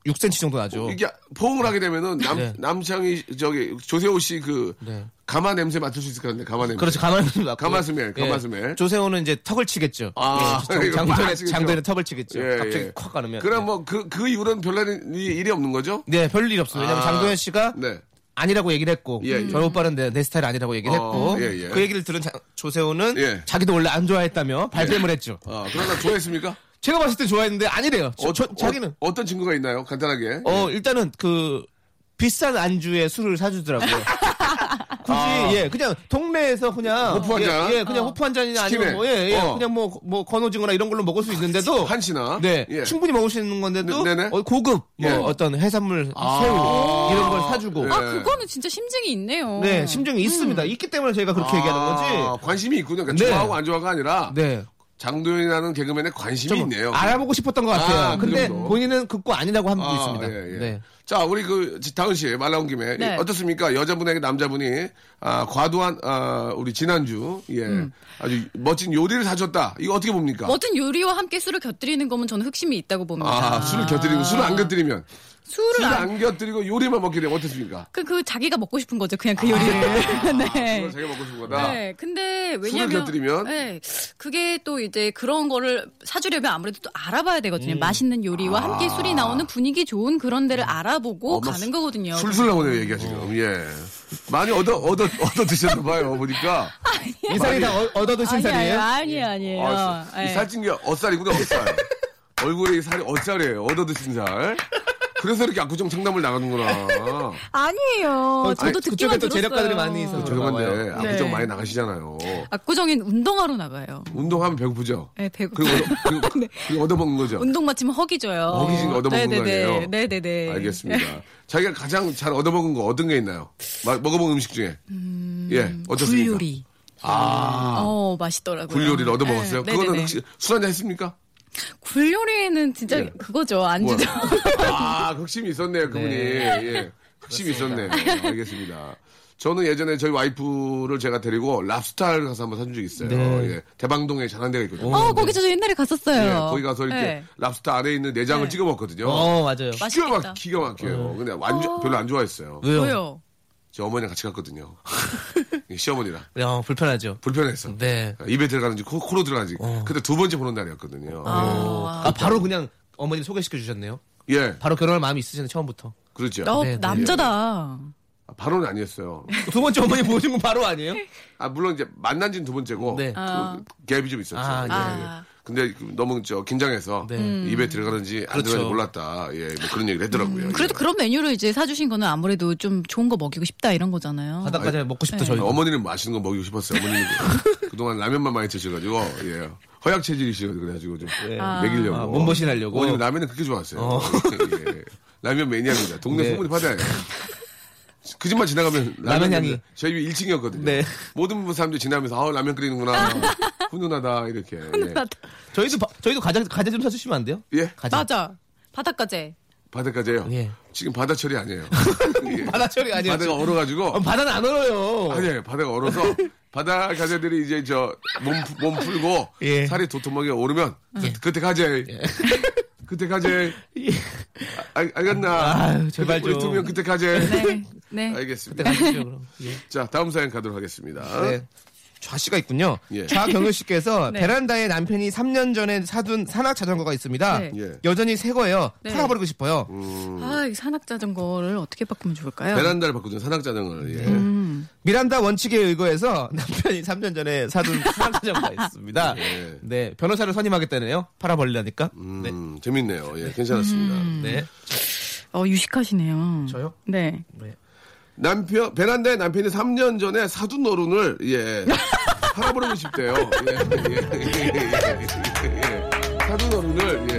Speaker 4: 6cm 정도 나죠.
Speaker 1: 이게 포옹을 하게 되면은 남
Speaker 4: 네.
Speaker 1: 남창희 저기 조세호 씨 그
Speaker 4: 네.
Speaker 1: 가마 냄새 맡을 수 있을 것 같은데 가마 냄새.
Speaker 4: 그렇죠. 가만히 놔둬요.
Speaker 1: 가마스멜, 가마스멜.
Speaker 4: 예. 조세호는 이제 턱을 치겠죠. 예,
Speaker 1: 아, 이거
Speaker 4: 장도연의
Speaker 1: 빠지겠죠.
Speaker 4: 장도연의 턱을 치겠죠.
Speaker 1: 예,
Speaker 4: 갑자기
Speaker 1: 예.
Speaker 4: 콱 가르면.
Speaker 1: 그럼 뭐 그 그 이후로는 별난 일- 일이 없는 거죠?
Speaker 4: 네, 별일 없어요. 왜냐면
Speaker 1: 아.
Speaker 4: 장도연 씨가
Speaker 1: 네.
Speaker 4: 아니라고 얘기를 했고
Speaker 1: 예, 예.
Speaker 4: 저 오빠는 내, 내 스타일 아니라고 얘기를
Speaker 1: 어,
Speaker 4: 했고
Speaker 1: 예, 예.
Speaker 4: 그 얘기를 들은 자- 조세호는
Speaker 1: 예.
Speaker 4: 자기도 원래 안 좋아했다며 발뺌을 했죠.
Speaker 1: 아, 그러나 좋아했습니까?
Speaker 4: 제가 봤을 때 좋아했는데 아니래요. 저, 저- 자기는
Speaker 1: 어, 떤 증거가 있나요? 간단하게.
Speaker 4: 어 일단은 그 비싼 안주에 술을 사주더라고요. 굳이 예 그냥 동네에서 그냥
Speaker 1: 아. 호프 한
Speaker 4: 예,
Speaker 1: 잔?
Speaker 4: 예, 그냥 호프 한 잔이나
Speaker 1: 치킨에.
Speaker 4: 아니면 뭐예 예,
Speaker 1: 어. 아,
Speaker 4: 그냥 뭐 뭐 건어징어나 이런 걸로 먹을 수 있는데도
Speaker 1: 한시나.
Speaker 4: 네
Speaker 1: 예.
Speaker 4: 충분히 먹을 수 있는 건데도
Speaker 1: 네, 네네.
Speaker 4: 어, 고급 뭐
Speaker 1: 예. 아.
Speaker 4: 어떤 해산물 새우 이런 걸 사주고
Speaker 3: 아,
Speaker 1: 예. 음.
Speaker 3: 그거는 진짜 심증이 있네요.
Speaker 4: 네 심정이 있습니다 있기 때문에 저희가 그렇게 얘기하는
Speaker 1: 아,
Speaker 4: 거지
Speaker 1: 관심이 있군요. 그러니까
Speaker 4: 네.
Speaker 1: 좋아하고 안 좋아하고가 아니라
Speaker 4: 네.
Speaker 1: 장도연이라는 개그맨에 관심이
Speaker 4: 좀
Speaker 1: 있네요.
Speaker 4: 알아보고 싶었던 것 같아요.
Speaker 1: 아, 그
Speaker 4: 근데
Speaker 1: 정도.
Speaker 4: 본인은 그거 아니라고 한 분도
Speaker 1: 아,
Speaker 4: 있습니다.
Speaker 1: 예, 예.
Speaker 4: 네.
Speaker 1: 자, 우리 그 다은 씨 말 나온 김에
Speaker 3: 네.
Speaker 1: 어떻습니까? 여자분에게 남자분이 아, 과도한 아, 우리 지난주 예
Speaker 3: 음.
Speaker 1: 아주 멋진 요리를 사줬다. 이거 어떻게 봅니까?
Speaker 3: 어떤 요리와 함께 술을 곁들이는 거면 저는 흑심이 있다고 봅니다.
Speaker 1: 아, 술을 곁들이고 술을 안 곁들이면
Speaker 3: 술을
Speaker 1: 술을
Speaker 3: 안.
Speaker 1: 안 곁들이고 요리만 먹게 되면 어떻습니까?
Speaker 3: 그, 그 자기가 먹고 싶은 거죠. 그냥 그 요리를. 네.
Speaker 1: 이걸 자기가 먹고 싶은 거다.
Speaker 3: 네, 근데
Speaker 1: 술을
Speaker 3: 왜냐면
Speaker 1: 곁들이면?
Speaker 3: 네, 그게 또 이제 그런 거를 사주려면 아무래도 또 알아봐야 되거든요. 맛있는 요리와 함께 술이 나오는 분위기 좋은 그런 데를 알아보고
Speaker 1: 어머,
Speaker 3: 가는 거거든요.
Speaker 1: 술술 나오네요, 얘기가 지금. 예. 많이 얻어, 얻어, 얻어 드셨나봐요, 보니까.
Speaker 4: 인상이
Speaker 1: 예.
Speaker 4: 다 얻- 얻어두신
Speaker 3: 아니에요,
Speaker 4: 살이에요?
Speaker 3: 아니에요, 아니에요.
Speaker 1: 아, 이
Speaker 3: 네.
Speaker 1: 살찐 게 엇살이구나, 엇살. 얼굴에 이 살이 엇살이에요, 얻어 드신 살. 그래서 이렇게 압구정 청담을
Speaker 3: 어,
Speaker 1: 나가는구나.
Speaker 3: 아니에요.
Speaker 4: 아니,
Speaker 3: 저도
Speaker 4: 그쪽에
Speaker 3: 듣기만
Speaker 4: 또
Speaker 3: 들었어요.
Speaker 4: 재력가들이 많이 있어서
Speaker 1: 죄송한데,
Speaker 4: 그런가 봐요.
Speaker 1: 압구정
Speaker 3: 네.
Speaker 1: 많이 나가시잖아요.
Speaker 3: 압구정인 운동하러 나가요.
Speaker 1: 운동하면 배고프죠?
Speaker 3: 네, 배고.
Speaker 1: 그리고, 얻어- 그리고, 그리고 얻어먹는 거죠?
Speaker 3: 운동 마치면 허기져요.
Speaker 1: 먹이진 거 얻어먹는
Speaker 3: 네네네.
Speaker 1: 거예요.
Speaker 3: 네네네.
Speaker 1: 알겠습니다. 자기가 가장 잘 얻어먹은 거 얻은 게 있나요? 마- 먹어본 음식 중에. 예, 어떻습니까?
Speaker 3: 굴요리.
Speaker 1: 아,
Speaker 3: 어 맛있더라고요.
Speaker 1: 굴요리를 얻어먹었어요?
Speaker 3: 네,
Speaker 1: 그거는
Speaker 3: 네네네.
Speaker 1: 혹시 술 한잔 했습니까?
Speaker 3: 굴요리는 진짜
Speaker 1: 예.
Speaker 3: 그거죠
Speaker 1: 뭐야?
Speaker 3: 안주죠.
Speaker 1: 아, 흑심이 있었네요, 그분이. 예. 흑심이 있었네요. 알겠습니다. 저는 예전에 저희 와이프를 제가 데리고 랍스타를 가서 한번 사준 적이 있어요. 예. 대방동에 잘한 데가 있거든요.
Speaker 3: 어 거기 저 옛날에 갔었어요.
Speaker 1: 예, 거기 가서 이렇게
Speaker 3: 네.
Speaker 1: 랍스타 안에 있는 내장을
Speaker 3: 네.
Speaker 1: 찍어 먹거든요.
Speaker 4: 어, 맞아요.
Speaker 1: 기가
Speaker 3: 맛있겠다.
Speaker 1: 막 기가 막혀요. 근데 완전 별로 안 좋아했어요.
Speaker 3: 왜요?
Speaker 1: 저 어머니랑 같이 갔거든요. 예, 시어머니랑
Speaker 4: 야, 불편하죠.
Speaker 1: 불편해서 아,
Speaker 4: 네.
Speaker 1: 입에 들어가는지 코, 로 들어가는지. 그때 두 번째 보는 날이었거든요.
Speaker 4: 아, 바로 그냥 어머님 소개시켜 주셨네요.
Speaker 1: 예,
Speaker 4: 바로 결혼할 마음이 있으시네, 처음부터.
Speaker 1: 그렇죠.
Speaker 3: 너
Speaker 4: 네, 네.
Speaker 3: 어, 남자다.
Speaker 1: 아, 바로는 아니었어요.
Speaker 4: 두 번째 어머니 보신 건 바로 아니에요?
Speaker 1: 아 물론 이제 만난 지는 두 번째고
Speaker 4: 네.
Speaker 1: 그
Speaker 3: 아.
Speaker 1: 갭이 좀 있었죠.
Speaker 4: 아,
Speaker 1: 예,
Speaker 4: 예.
Speaker 1: 예. 근데 너무 저 긴장해서 음.
Speaker 4: 네.
Speaker 1: 입에 들어가는지 안
Speaker 4: 그렇죠.
Speaker 1: 들어가는지 몰랐다. 예, 뭐 그런 얘기를 했더라고요.
Speaker 3: 음, 그래도
Speaker 1: 예.
Speaker 3: 그런 메뉴를 이제 사주신 거는 아무래도 좀 좋은 거 먹이고 싶다 이런 거잖아요.
Speaker 4: 바닥까지 먹고
Speaker 3: 네.
Speaker 4: 싶다, 저희.
Speaker 1: 어머니는 맛있는 거 먹이고 싶었어요. 어머니는 그- 그동안 라면만 많이 드셔가지고 예. 허약 체질이시거든요. 그래가지고 좀 먹이려고
Speaker 4: 아, 몸보신하려고.
Speaker 1: 어머니 라면은 그렇게 좋아하세요.
Speaker 4: 어.
Speaker 1: 예. 라면 매니아입니다. 동네
Speaker 4: 네.
Speaker 1: 소문이 파다해요. 그 집만 지나가면
Speaker 4: 라면
Speaker 1: 냄새.
Speaker 4: 향이.
Speaker 1: 저희 집 1층이었거든요.
Speaker 4: 네.
Speaker 1: 모든 사람들이 지나면서 아 라면 끓이는구나. 훈훈하다 이렇게. 예. 훈훈하다.
Speaker 4: 저희도, 바- 저희도 과자, 과자 좀 사주시면 안 돼요?
Speaker 1: 예. 예.
Speaker 4: 과자.
Speaker 3: 맞아. 바닥까지.
Speaker 1: 바다까지요.
Speaker 4: 예.
Speaker 1: 지금 바다철이 아니에요. 예.
Speaker 4: 바다 처리 아니에요.
Speaker 1: 바다가
Speaker 4: 어,
Speaker 1: 얼어가지고
Speaker 4: 바다는 안 얼어요.
Speaker 1: 아니에요. 예. 바다가 얼어서 바다 가재들이 이제 저몸몸 풀고
Speaker 4: 예.
Speaker 1: 살이 도톰하게 오르면 그, 그때 가재. 그때 가재. 아, 알- 알겠나?
Speaker 4: 예. 아유, 제발
Speaker 1: 그때 우리
Speaker 4: 좀.
Speaker 1: 두명 그때 가재.
Speaker 3: 네. 네.
Speaker 1: 알겠습니다.
Speaker 4: 그때 가십시오, 그럼. 예.
Speaker 1: 자, 다음 사연 가도록 하겠습니다.
Speaker 4: 네. 좌씨가 있군요.
Speaker 1: 아. 예.
Speaker 4: 좌경유 씨께서
Speaker 3: 네.
Speaker 4: 베란다에 남편이 3년 전에 사둔 산악 자전거가 있습니다.
Speaker 3: 네.
Speaker 1: 예. 음.
Speaker 4: 여전히 새 거예요.
Speaker 3: 네.
Speaker 4: 팔아버리고 싶어요.
Speaker 3: 아, 이 산악 자전거를 어떻게 바꾸면 좋을까요?
Speaker 1: 베란다를 바꾸죠. 산악자전을. 예.
Speaker 4: 음. 미란다 원칙에 의거해서 남편이 3년 전에 사둔 산악 자전거가 있습니다.
Speaker 1: 예.
Speaker 4: 네. 변호사를 선임하겠다네요. 팔아버리라니까. 네.
Speaker 1: 음, 재밌네요. 예, 괜찮았습니다.
Speaker 4: 네.
Speaker 3: 어, 유식하시네요.
Speaker 4: 저요?
Speaker 3: 네.
Speaker 1: 남편 베란다에 남편이 3년 전에 사둔 어른을 예 팔아버리고 싶대요. 예, 예, 예, 예, 예, 예. 사둔 어른을 예.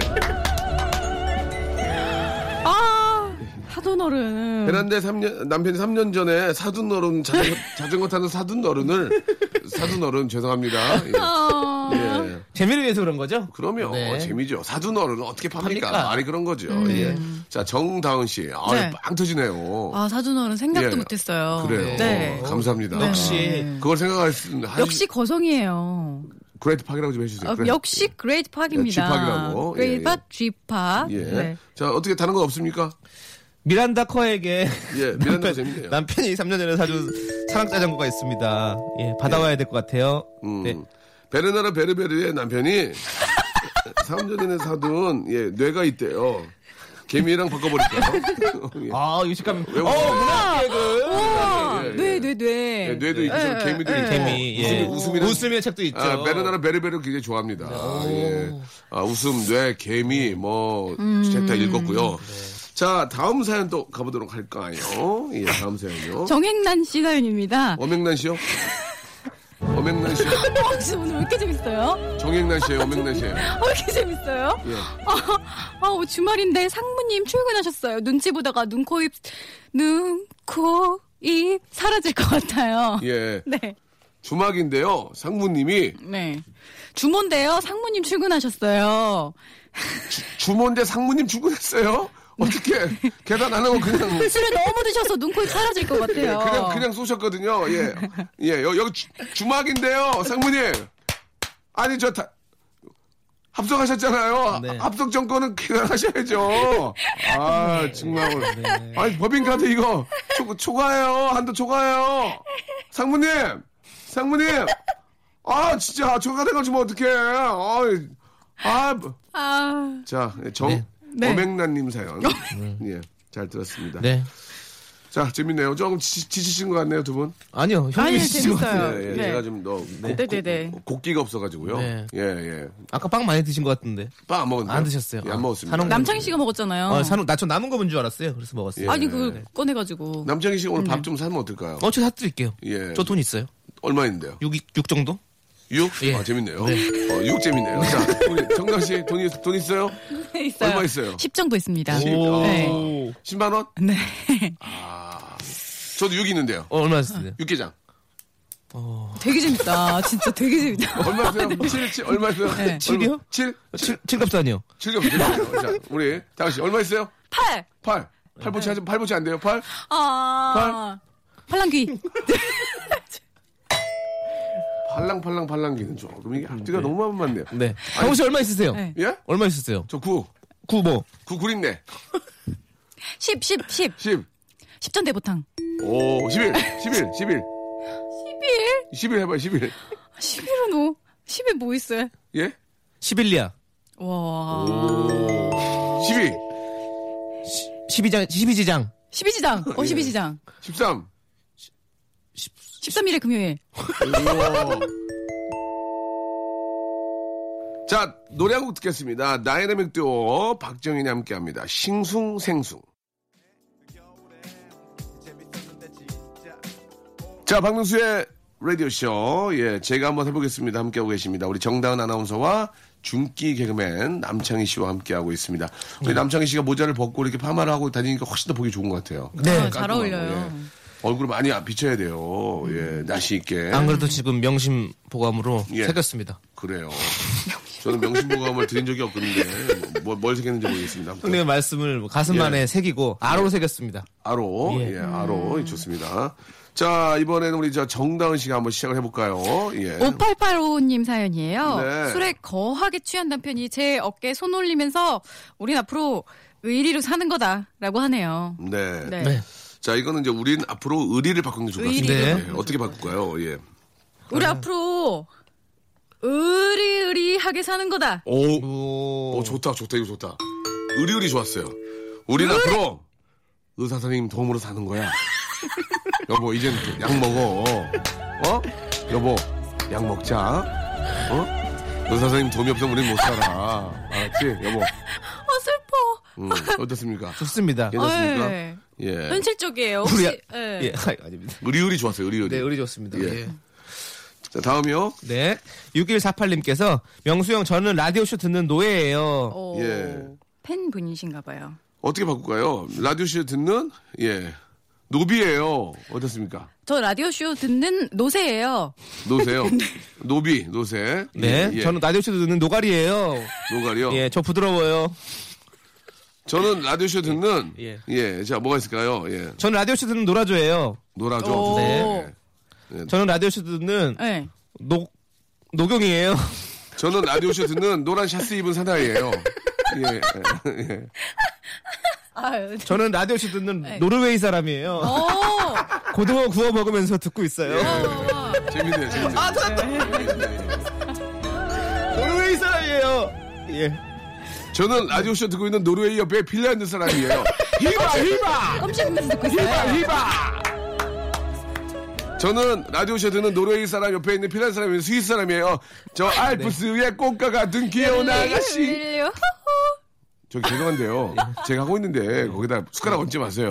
Speaker 3: 아, 하던 어른.
Speaker 1: 베란다에 3년 남편이 3년 전에 사둔 어른 자전거, 자전거 타는 사둔 어른을 사둔 어른 죄송합니다. 예.
Speaker 3: 아,
Speaker 1: 예.
Speaker 4: 재미를 위해서 그런 거죠?
Speaker 1: 그러면 어,
Speaker 4: 네.
Speaker 1: 재미죠. 사둔 어른은 어떻게 팝니까?
Speaker 4: 팝니까?
Speaker 1: 말이 그런 거죠. 예. 자 정다은 씨, 아빵
Speaker 3: 음. 네.
Speaker 1: 터지네요.
Speaker 3: 아 사준 어른 생각도
Speaker 1: 예.
Speaker 3: 못했어요.
Speaker 1: 그래요.
Speaker 3: 네.
Speaker 1: 감사합니다. 아.
Speaker 4: 역시.
Speaker 1: 그걸 생각할 수 있는 한-
Speaker 3: 역시 거성이에요.
Speaker 1: 그레이트 팍이라고 좀 해주세요.
Speaker 3: 어,
Speaker 1: 네, 그레이트
Speaker 3: 역시 그레이트 팍입니다.
Speaker 1: 쥐팍이라고. 예,
Speaker 3: 그레이트
Speaker 1: 예.
Speaker 3: 팍, 쥐팍.
Speaker 1: 예.
Speaker 3: 네.
Speaker 1: 자, 어떻게 다른 건 없습니까?
Speaker 4: 미란다 커에게
Speaker 1: 예, 미란다 재밌네요.
Speaker 4: 남편이 3년 전에 사준 산악 자전거가 있습니다. 예, 받아와야 될 것 같아요.
Speaker 1: 음.
Speaker 4: 네.
Speaker 1: 베르나라 베르베르의 남편이 3년 전에 사둔 예, 뇌가 있대요. 개미랑 바꿔버릴까요? 예.
Speaker 4: 아, 유식감.
Speaker 1: 왜
Speaker 4: 어,
Speaker 1: 웃어요?
Speaker 3: 우와,
Speaker 1: 예, 예.
Speaker 3: 뇌, 뇌, 뇌.
Speaker 1: 예, 뇌도 있고, 개미도 있고.
Speaker 4: 개미. 예.
Speaker 1: 웃음이, 웃음이랑-
Speaker 4: 웃음의 책도 있죠.
Speaker 1: 아, 베르나라 베르베르 굉장히 좋아합니다. 예. 아, 웃음, 뇌, 개미, 뭐, 제다 읽었고요. 자, 다음 사연 또 가보도록 할까요? 예, 다음 사연요.
Speaker 3: 정행난 씨 사연입니다.
Speaker 1: 어맹난 씨요? 어맹난 씨요?
Speaker 3: 혹시 오늘 왜 이렇게 재밌어요?
Speaker 1: 정액난 씨예요 어맹난 씨예요
Speaker 3: 아, 왜 이렇게 재밌어요?
Speaker 1: 예.
Speaker 3: 아, 아, 주말인데 상무님 출근하셨어요. 눈치 보다가 눈, 코, 입, 눈, 코, 입 사라질 것 같아요.
Speaker 1: 예.
Speaker 3: 네.
Speaker 1: 주막인데요. 상무님이
Speaker 3: 네. 주모인데요. 상무님 출근하셨어요.
Speaker 1: 주모인데 상무님 출근했어요. 어떻게 계단 안 하고 그냥
Speaker 3: 술을 너무 드셔서 눈, 코, 입 사라질 것 같아요.
Speaker 1: 네, 그냥 그냥 쏘셨거든요. 예. 예. 여- 여기 주, 주막인데요. 상무님. 아니 저 다, 합석하셨잖아요.
Speaker 2: 네.
Speaker 1: 합석 정권은 기각하셔야죠. 아, 정말. 아니, 법인카드 이거 초, 초과해요. 한도 초과해요. 상무님! 상무님! 아, 진짜. 초과돼가지고 어떡해. 아, 아.
Speaker 3: 아,
Speaker 1: 자, 예, 정,
Speaker 3: 네.
Speaker 1: 어맹란님 사연. 예, 잘 들었습니다.
Speaker 4: 네.
Speaker 1: 자, 재밌네요. 조금 지, 지치신 것 같네요, 두 분.
Speaker 4: 아니요.
Speaker 3: 아니,
Speaker 4: 현미 씨
Speaker 3: 재밌어요.
Speaker 1: 예, 예,
Speaker 3: 네.
Speaker 1: 제가 좀 더.
Speaker 3: 네네네.
Speaker 1: 곡기가 없어가지고요.
Speaker 4: 네.
Speaker 1: 예, 예.
Speaker 4: 아까 빵 많이 드신 것 같은데.
Speaker 1: 빵 안 먹었나요?
Speaker 4: 안 드셨어요.
Speaker 1: 예, 안
Speaker 4: 아,
Speaker 1: 먹었습니다.
Speaker 4: 사놓은
Speaker 3: 남창희 씨가 먹었잖아요.
Speaker 4: 어, 산호 나초 남은 거 본 줄 알았어요. 그래서 먹었어요.
Speaker 1: 예.
Speaker 3: 아니, 그걸 꺼내가지고.
Speaker 1: 남창희 씨 오늘 밥 좀 사면 어떨까요?
Speaker 4: 음, 네. 어차피 사드릴게요.
Speaker 1: 예.
Speaker 4: 저 돈 있어요.
Speaker 1: 얼마인데요?
Speaker 4: 6, 육 정도?
Speaker 1: 6?
Speaker 4: 예.
Speaker 1: 아, 재밌네요. 어, 6 재밌네요. 자, 우리 정강 씨, 돈, 있, 돈 있어요?
Speaker 3: 있어요.
Speaker 1: 얼마 있어요?
Speaker 3: 10 정도 있습니다.
Speaker 1: 오.
Speaker 3: 네.
Speaker 1: 10만원?
Speaker 3: 네.
Speaker 1: 저도 6 있는데요.
Speaker 4: 어, 얼마 쓰세요?
Speaker 1: 육개장.
Speaker 3: 되게 재밌다. 진짜 되게 재밌다.
Speaker 1: 얼마 있어요? 7, 7, 얼마 있어요?
Speaker 3: 네.
Speaker 4: 칠이요? 어,
Speaker 1: 7?
Speaker 4: 칠, 칠갑산이요.
Speaker 1: 7, 7, 7. 자, 우리, 다은 씨, 얼마 있어요?
Speaker 3: 8!
Speaker 1: 8. 팔보치 하지, 팔보치 안 돼요? 8?
Speaker 3: 아. 팔랑귀.
Speaker 1: 팔랑팔랑 팔랑기는 조금 이게 앞뒤가 너무 안 맞네요.
Speaker 4: 네. 강호 씨 얼마 있으세요?
Speaker 3: 네.
Speaker 1: 예?
Speaker 4: 얼마 있으세요?
Speaker 1: 저 9.
Speaker 4: 구 뭐?
Speaker 1: 9, 9 있네.
Speaker 3: 10, 10, 10.
Speaker 1: 10.
Speaker 3: 10전 대보탕.
Speaker 1: 오, 11. 11. 11.
Speaker 3: 11?
Speaker 1: 11 해봐요, 11.
Speaker 3: 11은 뭐? 10에 뭐 있어요?
Speaker 1: 예?
Speaker 4: 시빌리아.
Speaker 3: 와.
Speaker 1: 12.
Speaker 4: 12장, 12지장.
Speaker 3: 12지장. 어, 12지장.
Speaker 1: 13.
Speaker 3: 13일에 금요일.
Speaker 1: 자, 노래 한 곡 듣겠습니다. 다이나믹 듀오 박정현이 함께 합니다. 싱숭생숭. 자, 박명수의 라디오쇼. 예, 제가 한번 해보겠습니다. 함께하고 계십니다. 우리 정다은 아나운서와 중기 개그맨 남창희 씨와 함께하고 있습니다. 우리 남창희 씨가 모자를 벗고 이렇게 파마를 하고 다니니까 훨씬 더 보기 좋은 것 같아요.
Speaker 4: 네.
Speaker 3: 아, 잘
Speaker 1: 깔끔하고,
Speaker 3: 어울려요.
Speaker 1: 예. 얼굴 많이 안 비춰야 돼요. 예, 날씨 있게.
Speaker 4: 안 그래도 지금 명심 보감으로
Speaker 1: 예.
Speaker 4: 새겼습니다.
Speaker 1: 그래요. 저는 명심보감을 드린 적이 없는데 뭐, 뭘 새겼는지 모르겠습니다. 아무튼
Speaker 4: 형님의 말씀을 뭐 가슴
Speaker 1: 예.
Speaker 4: 안에 새기고 아로로 새겼습니다.
Speaker 1: 아로, 예,
Speaker 4: 예.
Speaker 1: 아로 좋습니다. 자 이번에는 우리 저 정다은 씨가 한번 시작을 해볼까요? 예.
Speaker 3: 어? 5885님 사연이에요.
Speaker 1: 네.
Speaker 3: 술에 거하게 취한 남편이 제 어깨에 손 올리면서 우린 앞으로 의리로 사는 거다라고 하네요.
Speaker 1: 네.
Speaker 3: 네.
Speaker 4: 네.
Speaker 1: 자 이거는 이제 우린 앞으로 의리를 바꾸는 게 좋을 것 같습니다.
Speaker 3: 의리를
Speaker 4: 바꾸는
Speaker 1: 예, 어떻게 바꿀까요? 예.
Speaker 3: 우리 앞으로 의리의리하게 사는 거다.
Speaker 1: 오,
Speaker 4: 오.
Speaker 1: 오, 어, 좋다, 좋다, 이거 좋다. 의리 의리 좋았어요. 우린 앞으로 의사 선생님 도움으로 사는 거야. 여보 이젠 약 먹어. 어? 여보 약 먹자. 어? 의사 선생님 도움이 없으면 우린 못 살아. 알았지? 여보.
Speaker 3: 아 슬퍼.
Speaker 1: 음, 어떻습니까?
Speaker 4: 좋습니다.
Speaker 1: 괜찮습니까?
Speaker 3: 예.
Speaker 1: 예.
Speaker 3: 현실적이에요. 혹시
Speaker 4: 우리,
Speaker 3: 예.
Speaker 4: 예, 아니, 아닙니다.
Speaker 1: 의리 의리 좋았어요. 의리 의리.
Speaker 4: 네, 우리 좋습니다.
Speaker 1: 예.
Speaker 4: 예.
Speaker 1: 자 다음이요.
Speaker 4: 네. 6148님께서 명수형 저는 라디오쇼 듣는 노예예요.
Speaker 3: 어,
Speaker 1: 예.
Speaker 3: 팬분이신가 봐요.
Speaker 1: 어떻게 바꿀까요? 라디오 쇼 듣는 예 노비예요. 어떻습니까?
Speaker 3: 저 라디오쇼 듣는 노세예요.
Speaker 1: 노세요. 노비 노세.
Speaker 4: 네.
Speaker 1: 예, 예.
Speaker 4: 저는 라디오쇼 듣는 노가리예요.
Speaker 1: 노가리요.
Speaker 4: 예, 저 부드러워요.
Speaker 1: 저는 라디오쇼 듣는 예.
Speaker 4: 예.
Speaker 1: 자, 뭐가 있을까요? 예.
Speaker 4: 저는 라디오쇼 듣는 노라조예요.
Speaker 1: 노라조.
Speaker 3: 오.
Speaker 1: 네.
Speaker 4: 저는 라디오쇼 듣는
Speaker 3: 예.
Speaker 4: 노, 노경이에요.
Speaker 1: 저는 라디오쇼 듣는 노란 샤스 입은 사나이예요. 예. 예. 예.
Speaker 3: 아유.
Speaker 4: 저는 라디오쇼 듣는 노르웨이 사람이에요.
Speaker 3: 오.
Speaker 4: 고등어 구워 먹으면서 듣고 있어요.
Speaker 1: 재밌네요, 재밌네요. 아,
Speaker 4: 노르웨이 사람이에요. 예.
Speaker 1: 저는 라디오쇼 듣고 있는 노르웨이 옆에 핀란드 사람이에요. 히바 히바.
Speaker 3: 깜짝이야 듣고 있어요.
Speaker 1: 히바. 저는 라디오쇼 듣는 노르웨이 사람 옆에 있는 핀란드 사람이 스위스 사람이에요.
Speaker 3: 아,
Speaker 1: 저
Speaker 3: 네.
Speaker 1: 알프스의 꽃과 같은 귀여운 아가씨.
Speaker 3: 릴리요.
Speaker 1: 저 죄송한데요. 제가 하고 있는데 거기다 숟가락 얹지 마세요.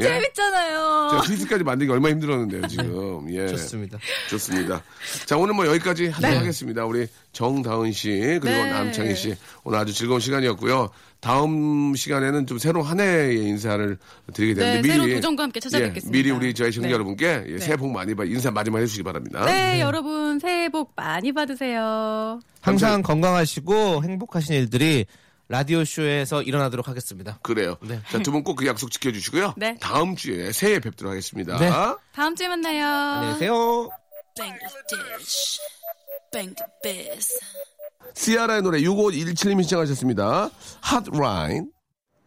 Speaker 1: 예?
Speaker 3: 아, 재밌잖아요.
Speaker 1: 제가 스위스까지 만들기 얼마 나 힘들었는데요, 지금. 예.
Speaker 4: 좋습니다.
Speaker 1: 좋습니다. 자, 오늘 뭐 여기까지 하도록 하겠습니다. 우리 정다은 씨, 그리고
Speaker 3: 네.
Speaker 1: 남창희 씨. 오늘 아주 즐거운 시간이었고요. 다음 시간에는 좀 새로운 한 해의 인사를 드리게 되는데
Speaker 3: 네, 새로운 도전과 함께 찾아뵙겠습니다.
Speaker 1: 예, 미리 우리 저희 시청자
Speaker 3: 네.
Speaker 1: 여러분께 예, 새해 복 많이 받, 인사 마지막 해주시기 바랍니다.
Speaker 3: 네, 여러분 새해 복 많이 받으세요.
Speaker 4: 항상 건강하시고 행복하신 일들이 라디오쇼에서 일어나도록 하겠습니다.
Speaker 1: 그래요. 자, 두 분 꼭 그 약속 지켜주시고요.
Speaker 3: 네.
Speaker 1: 다음 주에 새해 뵙도록 하겠습니다.
Speaker 4: 네.
Speaker 3: 다음 주에 만나요.
Speaker 4: 안녕히 계세요.
Speaker 5: Bang the dish. Bang the biz.
Speaker 1: 시아라의 노래 6517님이 신청하셨습니다. 핫라인.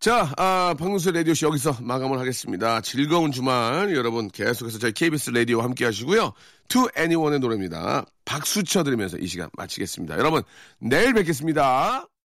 Speaker 1: 자, 아, 박명수 라디오씨 여기서 마감을 하겠습니다. 즐거운 주말 여러분 계속해서 저희 KBS 라디오와 함께 하시고요. To Anyone의 노래입니다. 박수 쳐드리면서 이 시간 마치겠습니다. 여러분, 내일 뵙겠습니다.